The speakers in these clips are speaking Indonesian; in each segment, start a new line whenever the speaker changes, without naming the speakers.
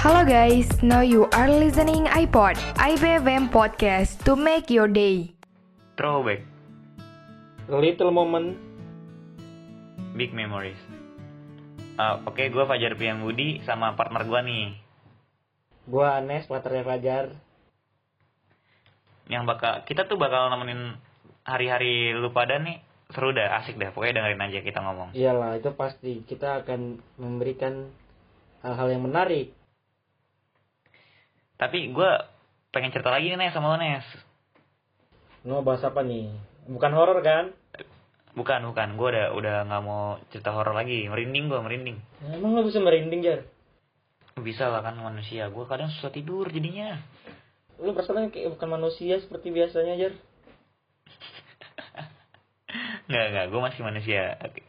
Hello guys, now you are listening iPod, IBWM podcast to make your day.
Throwback,
Little Moment
big memories. Ah, Oke, gue Fajar Priyan Budi sama partner gue nih
Gua Anes, partnernya Fajar
yang bakal kita tuh bakal nemenin hari-hari lu pada nih seru dah, asik dah. Pokoknya dengerin aja kita ngomong.
Iyalah itu pasti kita akan memberikan hal-hal yang menarik
Tapi gue pengen cerita lagi nih Nes sama lu Nes.
Mau bahas apa nih? Bukan horor kan?
Bukan, bukan. Gue udah udah nggak mau cerita horor lagi. Merinding gue, merinding.
Ya, Emang lo bisa merinding Jar?
Bisa lah kan manusia. Gue kadang susah tidur jadinya.
Lo perasaannya kayak bukan manusia seperti biasanya Jar
Nggak, nggak. Gue masih manusia. Oke.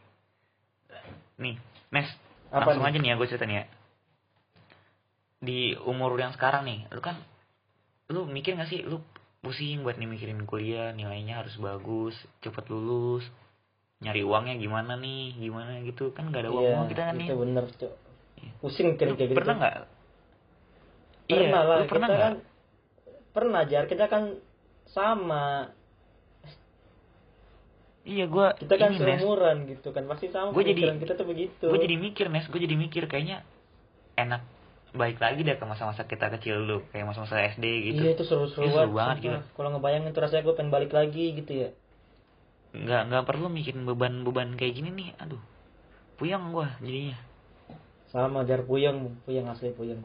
Nih, Nes.
Apa
langsung
nih?
aja nih ya gue cerita nih ya. Di umur lu yang sekarang nih, lu kan... Lu mikir nggak sih? Lu pusing buat nih mikirin kuliah. Nilainya harus bagus. Cepet lulus. Nyari uangnya gimana nih? Gimana gitu. Kan nggak ada uang, uang kita kan nih. Iya.
itu bener Cok Pusing
Lu
Iya, gitu, kayak gitu
pernah nggak? Iya,
Pernah lah
lu pernah
kita
nggak?
kan Pernah Jar, kita kan sama
Iya, gue...
Kita kan
ini, Nes.
seumuran gitu kan Pasti sama
Gua jadi-
pemikiran kita tuh begitu
gue jadi mikir nes gue jadi mikir kayaknya enak baik lagi deh ke masa-masa kita kecil dulu kayak masa-masa SD gitu
Iya itu seru-seru
Iya, seru banget
sumpah.
gitu.
Kalau ngebayangin tuh rasanya gue pengen balik lagi gitu ya.
nggak nggak perlu mikirin beban-beban kayak gini nih aduh puyeng gue jadinya
Sama jar puyeng, puyeng asli puyeng.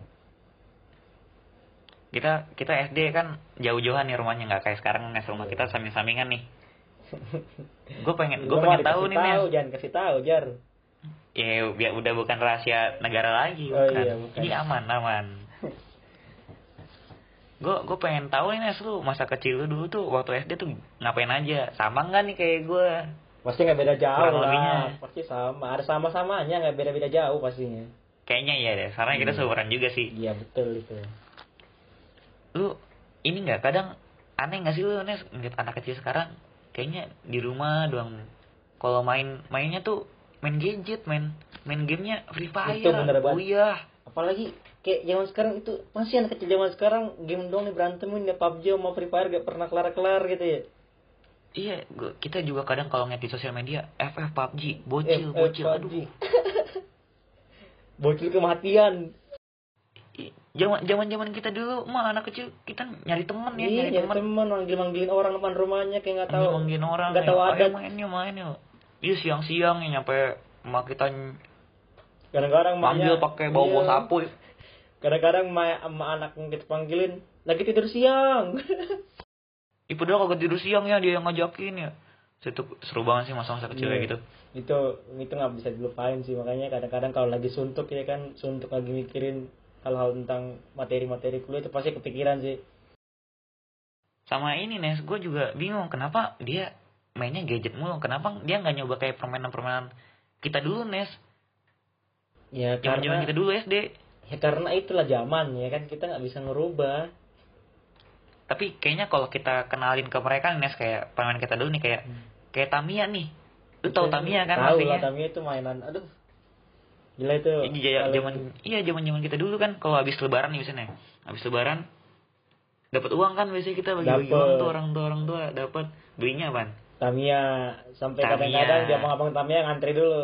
kita kita SD kan jauh-jauhan nih rumahnya nggak kayak sekarang nes rumah kita samping-sampingan nih gue pengen gue
Lu mah
Eh, pengen
dikasih
tahu nih
tahu,
nes
jangan kasih tahu jar.
ya biar udah bukan rahasia negara lagi
Oh,
bukan.
iya, bukan.
ini aman aman gue gue pengen tahu nih nes lu masa kecil lu dulu tuh waktu SD tuh ngapain aja sama nggak nih kayak gue
Pasti nggak beda jauh
Kurang lebihnya.
lah. Pasti sama, ada sama-samanya nggak beda-beda jauh pastinya.
Kayaknya iya deh, karena kita
Hmm.
seumuran juga sih.
Iya betul itu.
Lu ini nggak kadang aneh nggak sih lu Nes ngeliat anak kecil sekarang kayaknya di rumah doang kalau main mainnya tuh main gadget main main gamenya free fire Oh, iya.
Itu bener banget.
Uyah.
Apalagi kayak zaman sekarang itu pasti anak kecil zaman sekarang game dong nih berantemin ya PUBG sama Free Fire gak pernah kelar-kelar gitu ya.
iya gua- kita juga kadang kalau ngeliat di sosial media FF PUBG
Eh,
bocil
eh,
bocil
PUBG.
aduh
bocil kematian.
i- zaman zaman zaman kita dulu mah anak kecil kita nyari temen ya
Iya,
nyari
nyari
temen
teman manggil-manggilin orang depan rumahnya kayak nggak tahu.
ngomongin orang
nggak
ya,
tahu
"Ayo
adat.
main yuk main yuk iya siang siang ya nyampe emak kita ny-
Kadang-kadang
manggil
emaknya-
pakai bawa bawa
iya.
sapu
Kadang-kadang ma sama anak yang kita panggilin lagi tidur siang.
Ibu doang kagak tidur siang ya dia yang ngajakin ya. Itu seru banget sih masa-masa kecil kayak
Iya.
gitu.
itu itu nggak bisa dilupain sih makanya kadang-kadang kalau lagi suntuk ya kan suntuk lagi mikirin hal-hal tentang materi-materi kuliah itu pasti kepikiran sih.
Sama ini Nes, gue juga bingung kenapa dia mainnya gadget mulu. Kenapa dia nggak nyoba kayak permainan-permainan kita dulu Nes,
Ya
zaman-zaman
karena
kita dulu SD.
ya karena itulah zaman ya kan kita nggak bisa ngerubah.
Tapi kayaknya kalau kita kenalin ke mereka Nes kayak permainan kita dulu nih kayak kayak Tamiya nih. Lu tahu
Itu-
Tamiya kan
Hmm. Iya, Tahu lah
pastinya?
Tamiya itu mainan. Aduh. Gila itu.
Iya, iya,
paling-
zaman iya zaman-zaman kita dulu kan kalau habis lebaran nih misalnya. Habis lebaran dapat uang kan biasanya kita bagi-bagi uang
Dapet.
tuh orang tua orang tua dapat belinya apaan?
Tamiya sampai
Tamiya.
kadang-kadang dia abang Tamiya ngantri dulu.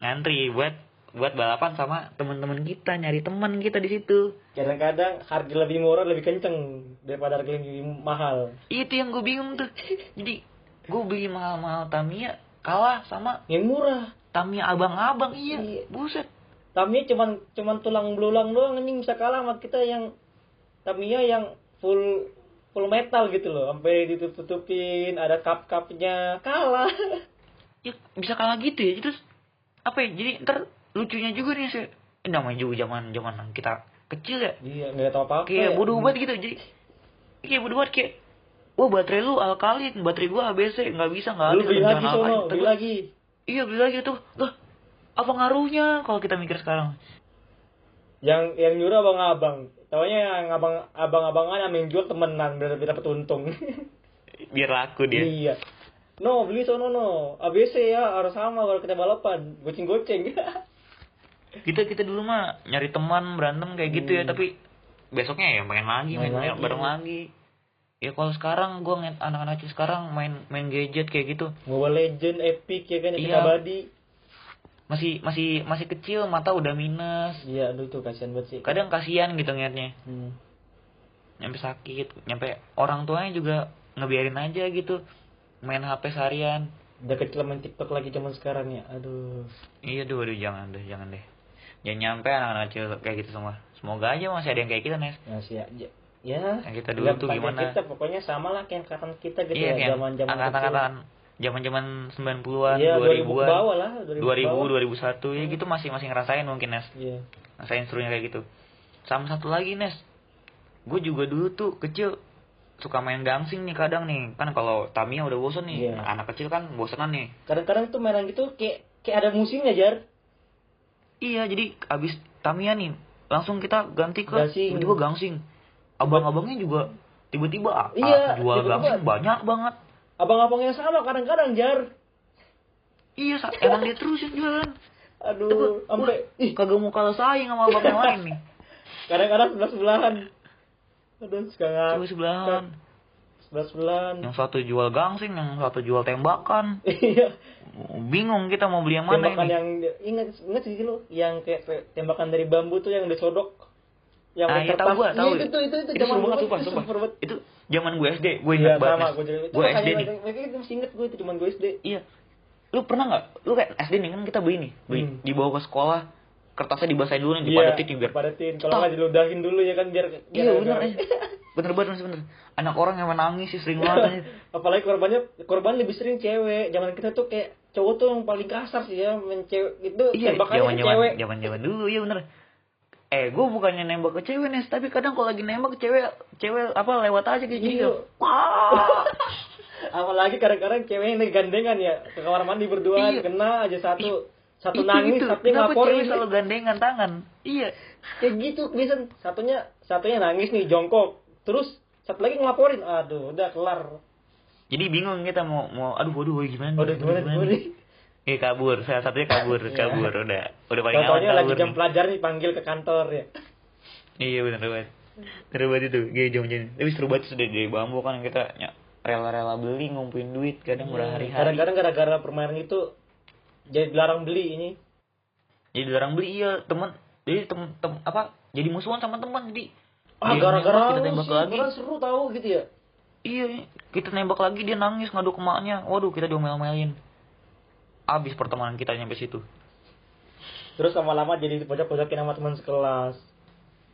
ngantri buat buat balapan sama teman-teman kita nyari teman kita di situ
Kadang-kadang harga lebih murah lebih kenceng daripada harga lebih mahal.
itu yang gue bingung tuh jadi gue beli mahal-mahal Tamiya kalah sama
Yang murah.
Tamiya abang-abang iya
Iya.
buset
Tamiya cuman cuman tulang belulang doang anjing bisa kalah sama kita yang Tamiya yang full full metal gitu loh, sampai ditutup-tutupin, ada cup-cupnya, kalah.
ya bisa kalah gitu ya terus apa ya jadi ntar lucunya juga nih sih Eh, namanya juga zaman zaman kita kecil ya
Iya, nggak tahu apa-apa.
kayak
ya.
bodoh banget gitu jadi kayak bodoh banget kayak wah baterai lu alkalin baterai gua ABC nggak bisa nggak
Lu
habis
beli
jangan
lagi
alkalin.
sono,
Ntar
beli
gua-
lagi.
Iya beli lagi tuh. Lah, apa ngaruhnya kalau kita mikir sekarang?
Yang yang nyuruh abang-abang. Taunya yang abang abang-abangan yang menjual temenan biar lebih dapat untung.
Biar laku
iya. No, beli sono no. ABC ya, harus sama kalau kita balapan, goceng-goceng.
kita kita dulu mah nyari teman berantem kayak gitu ya tapi besoknya ya main lagi main,
Iya. Main
main
lagi.
bareng lagi ya kalau sekarang gua ngeliat anak-anak kecil sekarang main main gadget kayak gitu
Mobile Legend, Epic ya kan, Epic
Iya.
abadi.
masih masih masih kecil mata udah minus gitu.
Iya, aduh itu kasihan banget sih.
kadang kasihan gitu ngeliatnya
Hmm.
nyampe sakit nyampe orang tuanya juga ngebiarin aja gitu main HP seharian
Udah kecil main TikTok lagi zaman sekarang ya. Aduh.
iya duh aduh jangan deh jangan deh jangan nyampe anak-anak kecil kayak gitu semua semoga aja masih ada yang kayak kita nes
Masih aja. Ya,
Yang kita dulu
lihat
tuh
tangga
gimana?
Kita pokoknya sama lah kayak angkatan kita gitu
iya
ya,
kan
zaman-zaman
angkatan-angkatan zaman-zaman 90-an
Iya, 2000 ke
2000-an
bawah lah, 2000 ke
2000
bawah.
2001 ya gitu masih masih ngerasain mungkin nes
Iya.
ngerasain serunya kayak gitu sama satu lagi nes gue juga dulu tuh kecil suka main gangsing nih kadang nih kan kalau Tamiya udah bosen nih
Iya.
nah, anak kecil kan bosenan nih
Kadang-kadang tuh mainan gitu kayak kayak ada musimnya, Jar.
Iya, jadi abis Tamiya nih, langsung kita ganti ke
Gangsing.
tiba-tiba gangsing. Abang-abangnya juga tiba-tiba ah,
Iya,
jual
tiba-tiba.
gangsing banyak banget.
Abang-abang yang sama kadang-kadang, Jar.
Iya, Sa- emang dia terus yang jualan.
Aduh, sampai ih,
Kagak mau kalah saing sama abang yang lain nih.
kadang-kadang sebelah-sebelahan. Aduh, suka
Coba
nggak
sebelahan.
sebelah-sebelahan.
Yang satu jual gangsing, yang satu jual tembakan.
Iya.
Bingung kita mau beli yang mana
tembakan
ini.
yang ingat ingat sih lo yang kayak kayak tembakan dari bambu tuh yang disodok yang
Ah,
pakai
iya, tahu gua, tahu.
Iya, itu itu itu
itu
zaman
seru banget,
dulu,
sumpah,
itu
sumpah.
seru banget.
Itu zaman gue SD, gue
Iya,
ingat
sama
banget.
gua juga.
Gue SD nih.
Mereka itu gitu, masih inget gue itu cuman gue SD.
Iya. Lu pernah nggak? Lu kan SD nih kan kita beli nih, beli
Hmm. Iya.
dibawa ke sekolah, kertasnya dibasahin dulu nih, dipadetin nih biar.
dipadatin. Kalau nggak diludahin dulu ya kan biar biar
Iya bener, eh. bener banget Mas, bener. Anak orang yang menangis sih sering banget. anjir.
Apalagi korbannya korban lebih sering cewek. Zaman kita tuh kayak cowok tuh yang paling kasar sih ya, men cewek itu
Iya,
tembakannya
zaman
ke
zaman
cewek.
zaman zaman dulu, iya bener. Eh, gue bukannya nembak ke cewek nih, tapi kadang kalau lagi nembak ke cewek, cewek apa lewat aja kayak
Iya.
gitu. Wah.
Apalagi kadang-kadang cewek yang gandengan ya ke kamar mandi berdua
Iya.
kena aja satu satu
Itu,
nangis
itu.
satu
Kenapa
ngelaporin
cewek selalu gandengan tangan? Iya.
kayak gitu bisa satunya satunya nangis nih jongkok terus satu lagi ngelaporin aduh udah kelar
Jadi bingung kita mau mau aduh waduh woy, Hmm, gimana?
udah gimana gimana nih
Iya kabur, salah satunya kabur,
Iya.
kabur udah. Udah paling awal
Contohnya lagi
kabur.
jam
nih.
pelajaran dipanggil ke kantor ya
Iya benar banget. Seru banget itu, gaya jam jam. Tapi seru banget sudah dari bambu kan kita ny- rela-rela beli ngumpulin duit kadang berhari-hari.
Iya. kadang-kadang gara-gara permainan itu jadi dilarang beli ini
Jadi dilarang beli iya teman. Jadi tem, tem- apa? Jadi musuhan sama teman jadi. dia
ah
nembak,
gara-gara
Iya, kita
lu
tembak
sih
lagi.
orang seru tahu gitu ya
Iya, kita nembak lagi dia nangis ngadu ke emaknya. Waduh, kita diomel-omelin. Abis pertemanan kita nyampe situ.
terus lama-lama jadi pojok-pojokin sama teman sekelas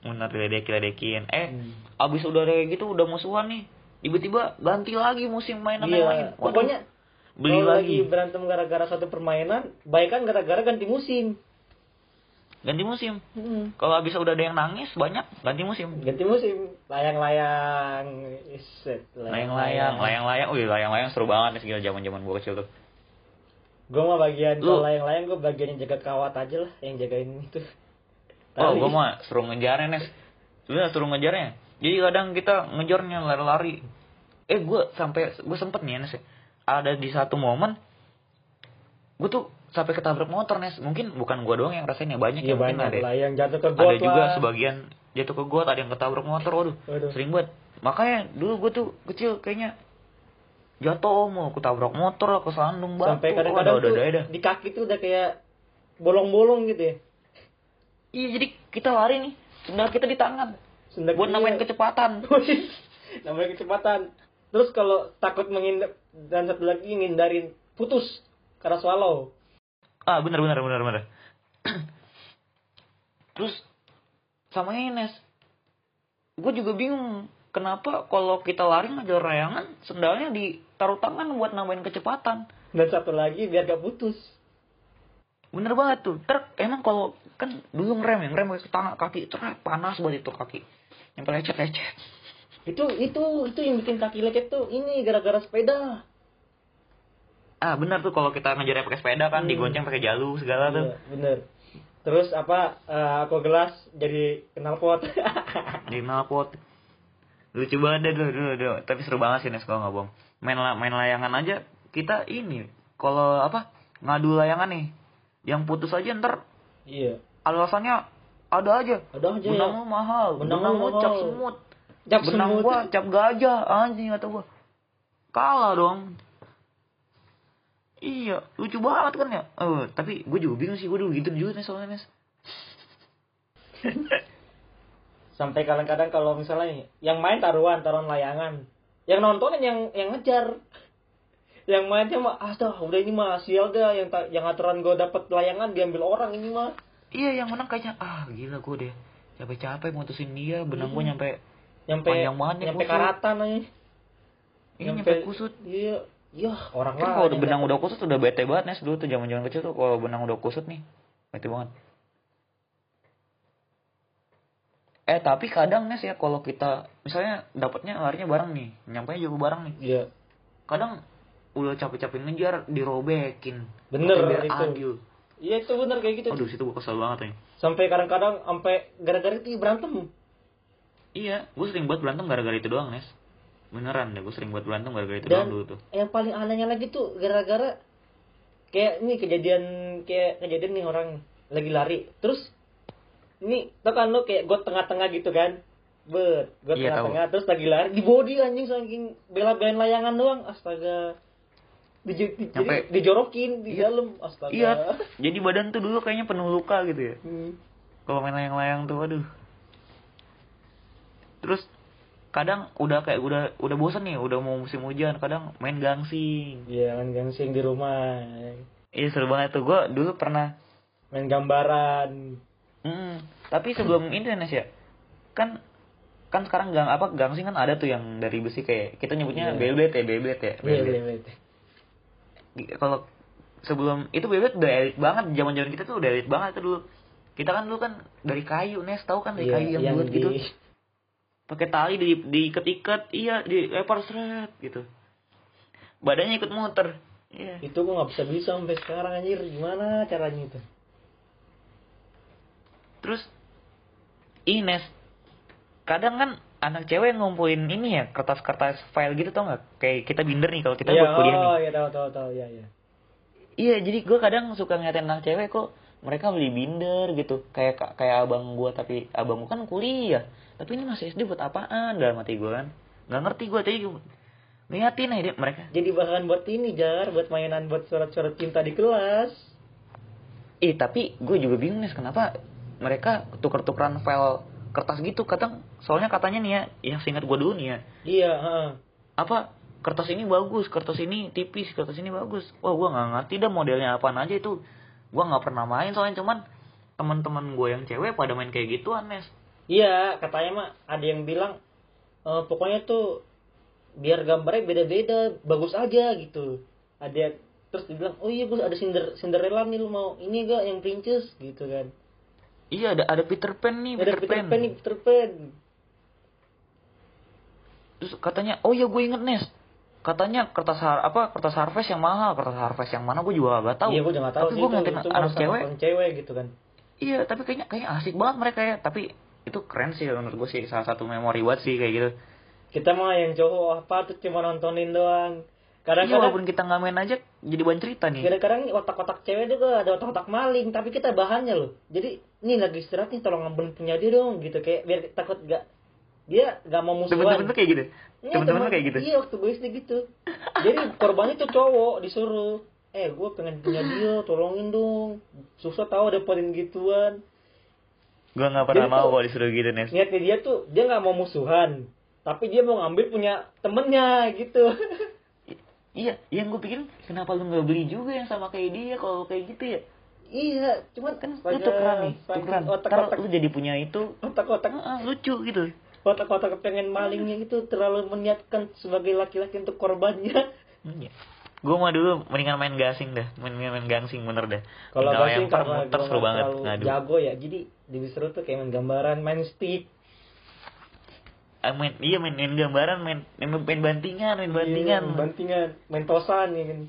Benar diledek-ledekin. Eh,
Hmm.
abis udah kayak gitu udah musuhan nih. Tiba-tiba ganti lagi musim mainan yang lain.
iya
Waduh,
pokoknya
beli
kalau
lagi.
berantem gara-gara satu permainan baikan gara-gara ganti musim
Ganti musim. Kalau abis udah ada yang nangis banyak, ganti musim.
ganti musim layang-layang iset
Layang-layang, layang-layang, wih layang-layang seru banget nih segala zaman-zaman gua kecil tuh.
gue mah bagian
Lu-
kalau layang-layang gue bagian yang jaga kawat aja lah yang jagain itu
Oh,
Tali.
gua mah seru ngejarnya, Nes. Sebenernya seru ngejarnya. Jadi kadang kita ngejarnya lari-lari. Eh, gua sampai gua sempet nih, Nes. ya. Ada di satu momen gua tuh sampai ketabrak motor, Nes. Mungkin bukan gua doang yang rasain ya, banyak
iya
yang mungkin
banyak
ada. ya.
lah yang jatuh ke got
Ada juga
lah.
sebagian jatuh ke got, ada yang ketabrak motor. Waduh,
Waduh.
sering banget. Makanya dulu gua tuh kecil kayaknya jatuh mau ketabrak motor lah kesandung batu waduh,
sampai kadang-kadang
udah,
tuh
udah, udah.
di kaki tuh udah kayak bolong-bolong gitu ya
iya jadi kita lari nih sendal kita di tangan
Sendak
buat namain kecepatan
namanya kecepatan terus kalau takut menghindar dan satu lagi ngindarin putus karena swallow
ah benar benar benar benar terus sama Ines gue juga bingung kenapa kalau kita lari ngejar rayangan sendalnya ditaruh tangan buat nambahin kecepatan
dan satu lagi biar gak putus
bener banget tuh ter emang kalau kan dulu ngerem ya ngerem pakai tangan kaki ter panas banget itu kaki yang lecet lecet
itu itu itu yang bikin kaki lecet tuh ini gara-gara sepeda
ah benar tuh kalau kita ngejar pakai sepeda kan digonceng pakai jalur segala tuh
Iya, bener. Terus apa? eh, aku gelas jadi knalpot.
di knalpot lucu banget deh, dulu dulu dulu. tapi seru banget sih Nes kalau nggak bohong main la- main layangan aja kita ini kalau apa ngadu layangan nih yang putus aja ntar
iya.
alasannya ada aja
Ada aja ya.
benang lu mahal
Benang
benang,
lu
lu
mahal.
cap semut
Cap
benang
semut.
gua cap gajah anjing kata gua kalah dong iya lucu banget kan ya Eh, tapi gue juga bingung sih gue dulu gitu juga nih soalnya mes
sampai kadang-kadang kalau misalnya yang main taruhan taruhan layangan yang nontonin yang yang ngejar yang main mah astaga udah ini mah sial dah yang ta- yang aturan gue dapat layangan diambil orang ini mah
iya yang menang kayaknya ah gila gue deh capek-capek mutusin dia benang gue
Iya.
nyampe
nyampe
Panjang banget nih
nyampe
kusut.
karatan aja
ini nyampe kusut
iya iya orang
kan
lah
kalau
yang
benang udah kusut udah bete banget nes dulu tuh zaman zaman kecil tuh kalau benang udah kusut nih bete banget eh tapi kadang nes ya kalau kita misalnya dapatnya larinya bareng nih nyampe juga bareng nih
iya
kadang udah capek-capek ngejar dirobekin
Bener,
Pakai biar
itu.
adil
iya itu bener kayak gitu
aduh situ gue kesel banget ya
sampai kadang-kadang sampai gara-gara itu berantem
iya gue sering buat berantem gara-gara itu doang nes beneran deh gue sering buat berantem gara-gara itu doang
dan
dulu tuh
yang paling anehnya lagi tuh gara-gara kayak ini kejadian kayak kejadian nih orang lagi lari terus ini tau kan lo kayak got tengah-tengah gitu kan bet got
Iya,
tengah-tengah terus lagi lari di body anjing saking bela-belain layangan doang astaga Dij- di,
Nyampe-
jadi dijorokin di dalam astaga
Iya, jadi badan tuh dulu kayaknya penuh luka gitu ya.
Hmm.
Kalau main layang-layang tuh, aduh. Terus kadang udah kayak udah udah bosan nih, udah mau musim hujan, kadang main gangsing.
Iya, main gangsing di rumah
Iya seru banget tuh, gua dulu pernah.
main gambaran
Mm, tapi sebelum ini Nes ya, kan kan sekarang gang apa gangsing kan ada tuh yang dari besi kayak kita nyebutnya
Iya.
beyblade ya beyblade ya
Iya,
beyblade.
iya, iya.
Di- kalau sebelum itu bebek udah elit banget zaman zaman kita tuh udah elit banget tuh dulu kita kan dulu kan dari kayu nes tahu kan dari
Iya,
kayu yang, bulat
di-
gitu pakai tali di diikat-ikat iya dilempar seret gitu badannya ikut muter iya
itu gua nggak bisa bisa sampai sekarang anjir gimana caranya itu
terus Ines kadang kan anak cewek ngumpulin ini ya kertas-kertas file gitu tau nggak kayak kita binder nih kalau kita
Iya,
buat kuliah nih
oh iya tahu tahu tahu ya ya
Iya, jadi gue kadang suka ngeliatin anak cewek kok mereka beli binder gitu. Kayak kayak abang gue tapi abang gue kan kuliah. Tapi ini masih SD buat apaan dalam hati gue kan. Nggak ngerti gue tadi gua ngeliatin aja deh mereka.
jadi bahan buat ini jar buat mainan buat surat-surat cinta di kelas
Ih, tapi gue juga bingung nih kenapa mereka tuker-tukeran file kertas gitu. Kadang soalnya katanya nih ya, yang seingat gue dulu nih ya,
iya heeh.
apa kertas ini bagus, kertas ini tipis, kertas ini bagus. Wah, gua nggak ngerti dah modelnya apaan aja itu. Gua nggak pernah main soalnya cuman teman-teman gue yang cewek pada main kayak gitu Nes.
iya katanya mah ada yang bilang eh, pokoknya tuh biar gambarnya beda-beda bagus aja gitu ada yang- terus dibilang oh iya gue ada Cinder- Cinderella nih lu mau ini gak yang princess gitu kan
Iya, ada ada Peter Pan nih,
ada Peter Pan nih Peter Pan
Terus katanya, "Oh iya, gue inget Nes." Katanya kertas har- apa kertas harvest yang mahal, kertas harvest yang mana gue juga gak tahu.
iya gue juga gak tahu
Tapi
sih
gue
itu,
ngeliatin
itu
anak
harus
cewek.
orang cewek gitu kan
Iya, tapi kayaknya kayaknya asik banget mereka ya. Tapi itu keren sih menurut gue sih salah satu memori buat sih kayak gitu.
kita mah yang cowok apa tuh cuma nontonin doang
Iya,
kadang-kadang
walaupun kita nggak main aja jadi bahan cerita nih.
kadang-kadang nih otak-otak cewek juga ada otak-otak maling tapi kita bahannya loh jadi ini lagi istirahat nih tolong ngambilin punya dia dong gitu kayak biar takut gak dia gak mau musuhan
Temen-temen tuh kayak gitu.
Iya,
Temen-temen
teman-
tuh kayak gitu.
iya waktu gue SD gitu jadi korbannya tuh cowok disuruh eh gue pengen punya dia tolongin dong susah tahu dapetin gituan
Gue nggak pernah
Jadi
mau
tuh- Iya.
kalau disuruh gitu Nes.
niatnya dia tuh dia nggak mau musuhan tapi dia mau ngambil punya temennya gitu
Iya, yang gue pikirin kenapa lu nggak beli juga yang sama kayak dia kalau kayak gitu ya?
iya cuman kan
Lu tukeran nih, tukeran. Ntar
otak-otak
lu jadi punya itu
otak-otak
Heeh, lucu gitu.
otak-otak pengen malingnya itu terlalu meniatkan sebagai laki-laki untuk korbannya
Iya. Gue mah dulu mendingan main gasing dah, mendingan main gangsing bener dah.
kalau
Tinggal
gue sih
lempar,
karena
muter
gue
seru
nggak
banget
terlalu
ngadu.
jago ya jadi lebih seru tuh kayak main gambaran main stick
Ah, main, iya main, main gambaran, main, main main bantingan, main bantingan.
Iya, bantingan main tosan ya kan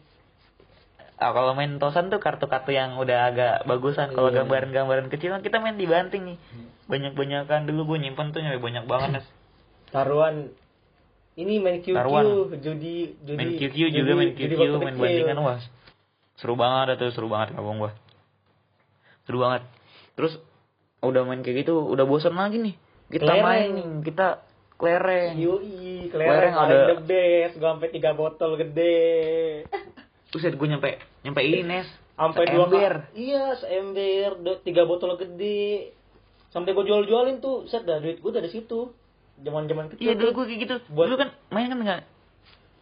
Ah, kalau main tosan tuh kartu-kartu yang udah agak bagusan. Kalau
Iya. Hmm.
gambaran-gambaran kecil kan kita main dibanting nih. Banyak-banyakan dulu gue nyimpen tuh nyampe banyak banget. Nes.
taruhan ini main QQ
Taruhan.
judi judi
main QQ
judi-
juga main
judi
QQ
waktu
main
kecil.
bandingan wah seru banget ada tuh seru banget gabung gua seru banget terus udah main kayak gitu udah bosan lagi nih kita
Kelereng. Iya.
main kita kelereng Kelereng
Yui, kelereng ada
ada-
the best, gua sampai tiga botol gede.
terus gue nyampe nyampe ini nes
Sampai dua
ember
Iya, seember, do- tiga botol gede. Sampai gua jual-jualin tuh, set dah duit gua dari situ. Zaman-zaman kecil.
Iya
tuh.
dulu gue kayak gitu.
Buat-
Dulu kan main kan nggak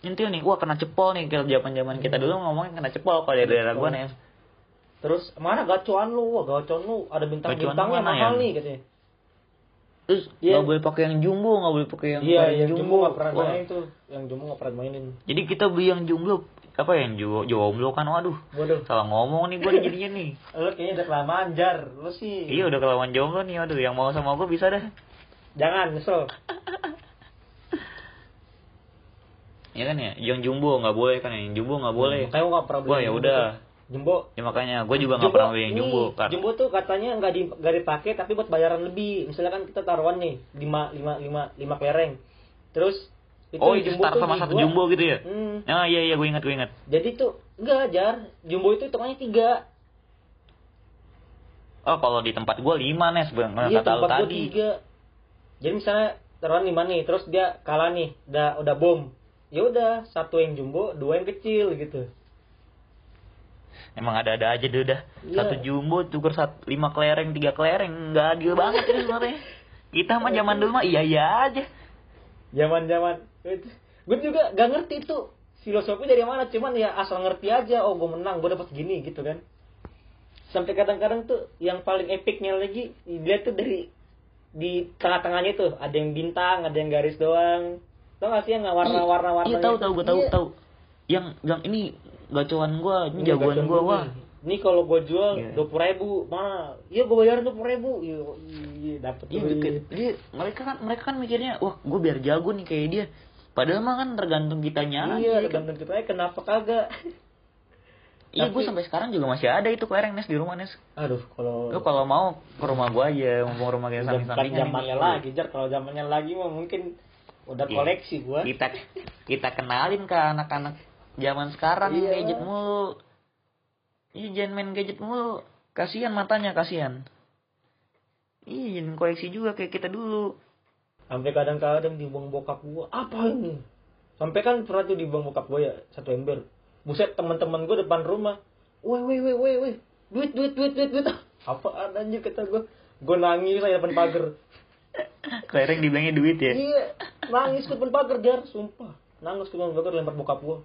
nyentil nih. Wah kena cepol nih kalau zaman zaman kita dulu ngomongin kena cepol kalau dari daerah gue nih.
Terus mana gacuan lu? Wah, gacuan lu ada bintang-bintang
Gacuan mana
yang mahal
ya?
nih katanya.
Terus nggak
Iya.
boleh pakai yang jumbo, nggak boleh pakai yang
Iya,
paling
yang jumbo nggak pernah
Wah.
main tuh. Yang jumbo nggak pernah mainin.
Jadi kita beli yang jumbo apa yang jumbo jomblo kan waduh
Waduh,
salah ngomong nih gue jadinya nih
lu kayaknya udah kelamaan jar. Lu sih.
iya udah kelawan jomblo nih waduh yang mau sama gue bisa dah
Jangan nyesel.
ya kan ya yang jumbo nggak boleh kan yang jumbo nggak boleh
Iya, Makanya gua nggak pernah
Wah, ya
jumbo
udah.
tuh. Jumbo
ya makanya gue juga nggak pernah beli yang jumbo
nih,
kan
Jumbo tuh katanya nggak di, nggak dipakai tapi buat bayaran lebih. Misalnya kan kita taruhan nih lima lima lima lima kelereng. Terus
oh itu start
tuh
sama
di
satu
gua-
jumbo gitu ya
Hmm,
nah iya iya gue ingat gue ingat
jadi tuh enggak jar. Jumbo itu hitungannya tiga.
oh kalau di tempat gue lima nes bang
Iya
kata lu
tempat gua
tadi
tiga. Jadi misalnya taruhan lima nih, terus dia kalah nih, udah udah bom. Ya udah satu yang jumbo, dua yang kecil gitu.
Emang ada-ada aja deh dah.
Iya.
Satu jumbo tuker satu, lima kelereng, tiga kelereng. Nggak adil banget ini sebenarnya. Kita mah zaman dulu mah iya-iya aja.
zaman zaman gue juga gak ngerti itu filosofi dari mana cuman ya asal ngerti aja oh gue menang gue dapat gini gitu kan sampai kadang-kadang tuh yang paling epicnya lagi dia tuh dari di tengah-tengahnya tuh ada yang bintang ada yang garis doang tau gak sih yang warna-warna warna
Iya tahu tahu gue tahu tahu. Yang yang ini gacoan gue, ini jagoan gue wah.
Iya, ini kalau gue
Iya.
jual dua puluh ribu mana iya gue bayar dua puluh ribu iya iya, dapet
Iya,
duit.
deket. Dia- mereka kan mereka kan mikirnya wah gue biar jago nih kayak dia. Padahal mah kan tergantung kitanya aja.
iya
kan.
tergantung kita aja, kenapa kagak
Iya gue
Tapi-
sampai sekarang juga masih ada itu kelereng nes di rumah nes.
aduh kalau
Lu kalau mau ke rumah gue aja, mau ke rumah kita
Bukan
samping-sampingan.
zamannya
ini.
lagi, Jar. Kalau zamannya lagi mah mungkin udah
Iya.
koleksi gua.
kita kita kenalin ke anak-anak zaman sekarang yang
Iya.
gadget mulu iya jangan main gadget mulu kasihan matanya kasihan iya jangan koleksi juga kayak kita dulu
Sampai kadang-kadang dibuang bokap gua. Apa ini? Sampai kan pernah tuh dibuang bokap gua ya satu ember. Buset teman-teman gua depan rumah. Woi woi woi woi woi. Duit duit duit duit duit. Apaan anjir kata gua. Gua nangis aja depan pagar.
kelereng dibilangnya duit ya
Iya, nangis ke depan pagar, Jar, sumpah. Nangis ke depan pagar lempar bokap gua.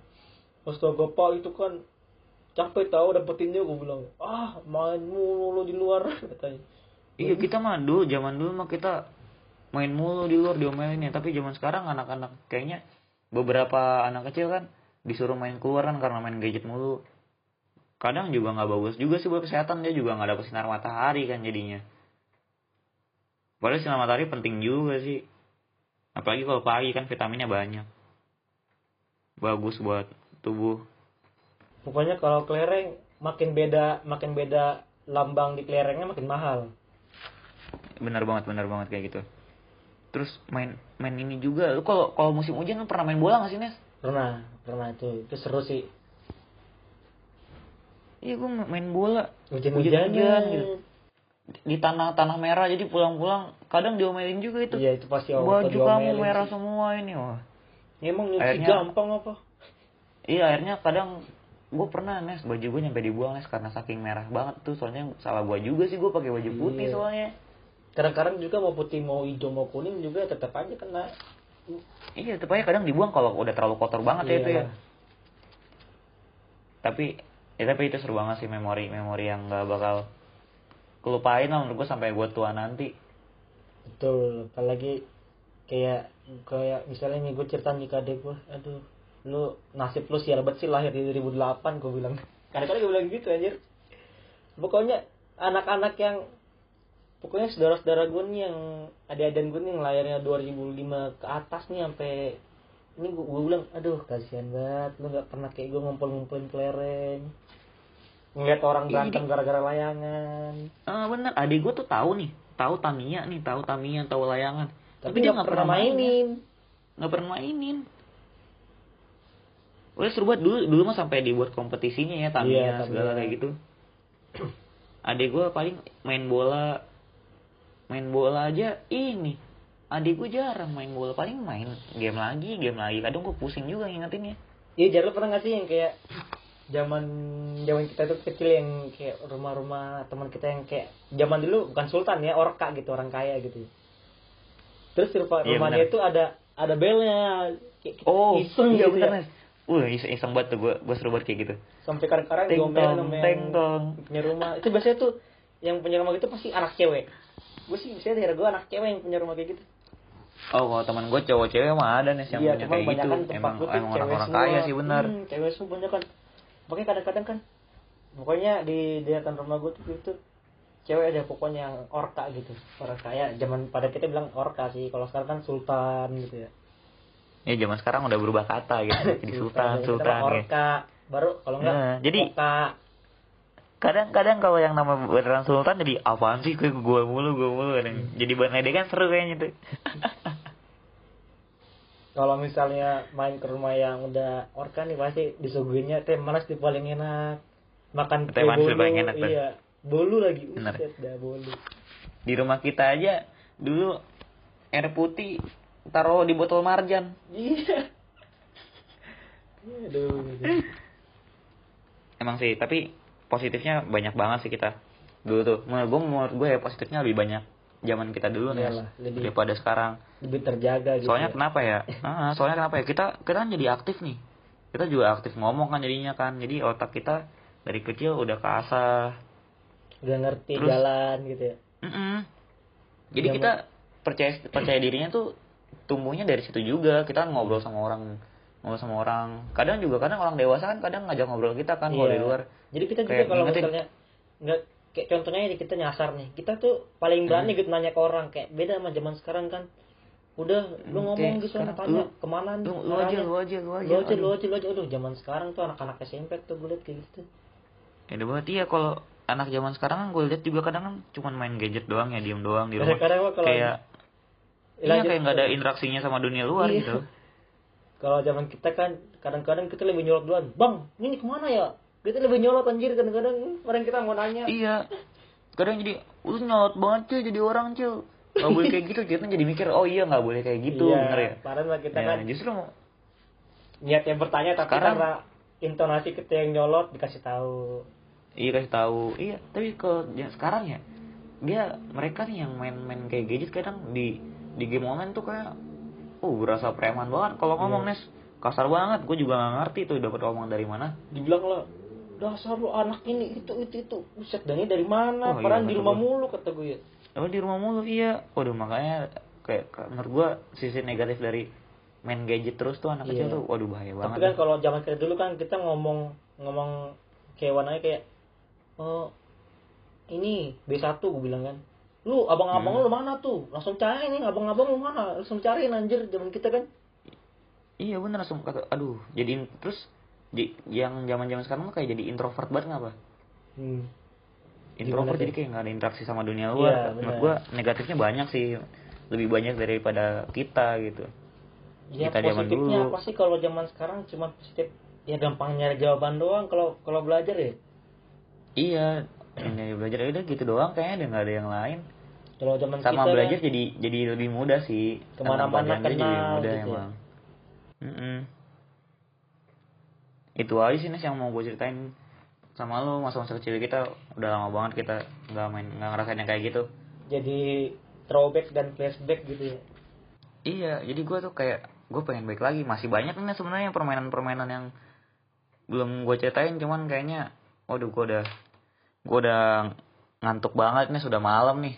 Astaga, Pak, itu kan capek tahu dapetinnya gua bilang. Ah, main mulu di luar katanya.
iya kita mah dulu zaman dulu mah kita main mulu di luar diomelin ya tapi zaman sekarang anak-anak kayaknya beberapa anak kecil kan disuruh main keluar kan karena main gadget mulu kadang juga nggak bagus juga sih buat kesehatan dia juga nggak dapet sinar matahari kan jadinya padahal sinar matahari penting juga sih apalagi kalau pagi kan vitaminnya banyak bagus buat tubuh
Pokoknya kalau kelereng makin beda makin beda lambang di kelerengnya makin mahal.
benar banget benar banget kayak gitu terus main main ini juga lu kalau kalau musim hujan lu pernah main bola nggak sih Nes
Pernah, pernah itu. Itu seru sih.
Iya gue main bola
Hujan-hujanan.
Hujan-hujan gitu. di tanah tanah merah jadi pulang-pulang kadang diomelin juga itu.
Iya, itu pasti orang
Baju kamu merah semua ini wah.
Emang nyuci
Akhirnya-
gampang apa?
Iya akhirnya kadang gue pernah nes baju gue nyampe dibuang nes karena saking merah banget tuh soalnya salah gue juga sih gue pakai baju putih
Iya.
soalnya.
Kadang-kadang juga mau putih, mau hijau, mau kuning juga tetap aja kena.
Iya tetep aja kadang dibuang kalau udah terlalu kotor banget ya itu ya.
Iya.
Tapi ya tapi itu seru banget sih memori memori yang gak bakal kelupain lah menurut gue sampai gue tua nanti.
Betul, apalagi kayak kayak misalnya nih gue cerita nih ke adek gue, aduh lu nasib lu sial banget sih lahir di 2008 gue bilang. Kadang-kadang gue bilang gitu anjir. Pokoknya anak-anak yang pokoknya saudara-saudara gue nih yang adik-adik gue nih yang lahirnya 2005 ke atas nih sampai ini gue, gue bilang aduh kasihan banget lu nggak pernah kayak gue ngumpul-ngumpulin kelereng ngeliat orang
Iya,
berantem
jadi-
gara-gara layangan
Ah bener, adik gue tuh tahu nih, tahu Tamiya nih, tahu Tamiya, tahu layangan.
tapi, dia nggak pernah kan? mainin
nggak pernah mainin. Udah seru banget dulu, dulu mah sampai dibuat kompetisinya ya Tamiya
Iya, Tamiya.
segala kayak gitu. adik gue paling main bola main bola aja ini adik gue jarang main bola paling main game lagi game lagi kadang gue pusing juga ngingetinnya
Iya, Jar, lu pernah gak sih yang kayak zaman zaman kita tuh kecil yang kayak rumah-rumah teman kita yang kayak zaman dulu bukan sultan ya, orka gitu, orang kaya gitu. Terus di rumah,
Iya,
rumahnya
benar.
itu ada ada belnya. Kayak
oh
iseng
iya
gitu
bener
ya.
Nes. Wah, iseng, iseng banget tuh gue gue seru banget kayak gitu
Sampai kadang-kadang
Teng
diomelin
tong,
sama yang
teng tong.
punya rumah. Itu biasanya tuh yang punya rumah gitu pasti anak cewek. Gue sih biasanya daerah gue anak cewek yang punya rumah kayak gitu.
oh kalau teman gue cowok cewek mah ada nih yang
iya,
punya
cuma
kayak gitu
kebanyakan tempat
emang
gue tuh
emang
cewek
orang-orang
semua.
kaya sih bener
Hmm, cewek semua banyak kan. Makanya kadang-kadang kan, pokoknya di deretan rumah gue tuh gitu, cewek ada pokoknya yang orka gitu, orang kaya. Zaman pada kita bilang orka sih, kalau sekarang kan sultan gitu ya.
ya zaman sekarang udah berubah kata gitu jadi sultan
Kita mah
sultan ya.
Iya, Orka, baru kalau enggak,
Nah, jadi-
orka.
kadang-kadang kalau yang nama beneran sultan jadi apaan sih gue gue mulu gue mulu
Hmm.
kadang jadi bahan ledek kan seru kayaknya tuh
Kalau misalnya main ke rumah yang udah orka nih pasti disuguhinnya teh manas di paling enak. Makan
Teh manis di paling enak, tuh.
Iya, bolu lagi.
Bener.
Buset dah bolu.
di rumah kita aja dulu air putih taruh di botol marjan
Iya. Aduh.
emang sih tapi positifnya banyak banget sih kita dulu tuh menurut gue menurut gue ya positifnya lebih banyak zaman kita dulu nih
Iyalah, Iya lebih-
daripada sekarang
Lebih terjaga gitu.
soalnya
ya.
kenapa ya Ah, soalnya kenapa ya kita kita kan jadi aktif nih kita juga aktif ngomong kan jadinya kan jadi otak kita dari kecil udah kasah
udah ngerti
Terus-
jalan gitu ya.
Mm-mm. Jadi
Iya,
kita percaya percaya dirinya tuh tumbuhnya dari situ juga. Kita kan ngobrol sama orang, ngobrol sama orang. Kadang juga kadang orang dewasa kan kadang ngajak ngobrol kita kan kalau
Iya.
di luar.
Jadi kita juga
Kayak
kalau
ngingetin.
misalnya nggak kayak contohnya ini kita nyasar nih. Kita tuh paling
Hmm.
berani gitu nanya ke orang kayak beda sama zaman sekarang kan. Udah
Hmm,
lu ngomong
kayak
gitu
sekarang,
sama tanya
lu-
kemana nih
Lu, lu
arahnya?
aja, lu aja, lu aja.
Lu aja, lu
aduh.
aja, lu aja. Aduh, zaman sekarang tuh anak-anak SMP tuh gue liat kayak gitu.
Ada banget iya kalau anak zaman sekarang kan gue lihat juga kadang kan cuman main gadget doang ya, diem doang di rumah.
Kadang-kadang mah kalau-
kayak iya
Lanjut.
kayak nggak ada interaksinya sama dunia luar
gitu. Iya.
gitu.
kalau zaman kita kan kadang-kadang kita lebih nyolot duluan bang ini kemana ya kita lebih nyolot anjir kadang-kadang orang kita mau nanya
Iya. Kadang jadi lu nyolot banget cuy jadi orang cuy. Gak boleh kayak gitu, kita jadi mikir, oh iya gak boleh kayak gitu,
Iya,
bener ya?
parah lah kita
Ya,
kan
justru mau-
niatnya bertanya tapi
Sekarang-
karena intonasi kita yang nyolot dikasih tahu
iya kasih tahu iya tapi kalau yang sekarang ya dia mereka nih yang main-main kayak gadget kadang di di game online tuh kayak uh berasa preman banget kalau ngomong
Iya.
nes kasar banget gue juga gak ngerti tuh dapat ngomong dari mana
dibilang lah dasar lu anak ini itu itu itu buset dan ini dari mana
Oh, iya,
Padahal di
kata
rumah
gua.
mulu kata gue ya
oh di rumah mulu iya waduh makanya kayak kayak menurut gue sisi negatif dari main gadget terus tuh anak kecil
Iya.
tuh waduh bahaya
tapi
banget
kan kalau zaman kita dulu kan kita ngomong ngomong kewan aja kayak oh ini B1 gue bilang kan lu abang-abang
Iya.
lu mana tuh langsung cari nih abang-abang lu mana langsung cariin anjir zaman kita kan
iya bener langsung kata aduh jadi terus di- yang zaman zaman sekarang mah kayak jadi introvert banget ngapa
hmm.
introvert
Gimana
jadi kayak nggak ada interaksi sama dunia luar
Iya,
menurut
benar.
gua negatifnya banyak sih lebih banyak daripada kita gitu
ya
Kita zaman
positifnya
dulu.
apa sih kalau zaman sekarang cuma positif ya gampang nyari jawaban doang kalau kalau belajar ya
iya ini belajar ya udah gitu doang kayaknya udah nggak ada yang lain
kalau zaman
sama
kita
belajar
kan,
jadi jadi lebih mudah sih Sama
Kemana-mana
pelajaran jadi lebih
kenal
mudah
gitu ya.
emang Mm-mm. itu aja sih Nes yang mau gue ceritain sama lo masa-masa kecil kita udah lama banget kita nggak main nggak ngerasain yang kayak gitu
jadi throwback dan flashback gitu ya
Iya, jadi gue tuh kayak gue pengen balik lagi. Masih banyak nih sebenarnya permainan-permainan yang belum gue ceritain, cuman kayaknya, waduh gue udah gue udah ngantuk banget nih, sudah malam nih.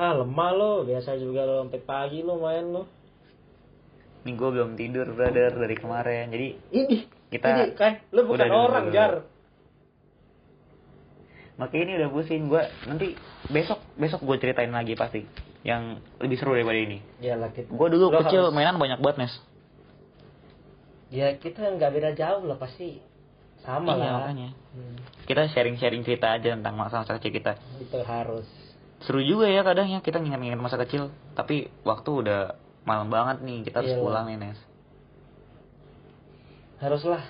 ah lemah lo biasa juga lo sampai pagi lo main lo
Nih gue belum tidur, brother, dari kemarin. Jadi
ini
Kita-
ini kan lo bukan
Udah, udah,
orang
udah,
jar
makanya ini udah pusing gue. Nanti besok besok gue ceritain lagi pasti yang lebih seru daripada ini.
ya lah kita
Gue dulu
lo
kecil
harus-
mainan banyak banget, Nes.
ya kita nggak beda jauh lah pasti
Iya,
sama lah
makanya.
Hmm,
Kita sharing-sharing cerita aja tentang masa-masa kecil kita.
itu harus
seru juga ya kadang ya kita nginget-nginget masa kecil tapi waktu udah malam banget nih kita harus
Iyalah.
pulang nih Nes
haruslah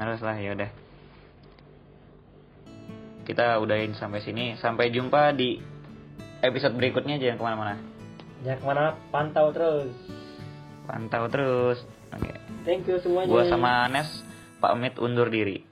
haruslah ya udah kita udahin sampai sini. Sampai jumpa di episode berikutnya jangan kemana-mana.
Jangan kemana pantau terus.
Pantau terus. Oke.
Thank you semuanya.
Gua sama Nes, Pak Amit undur diri.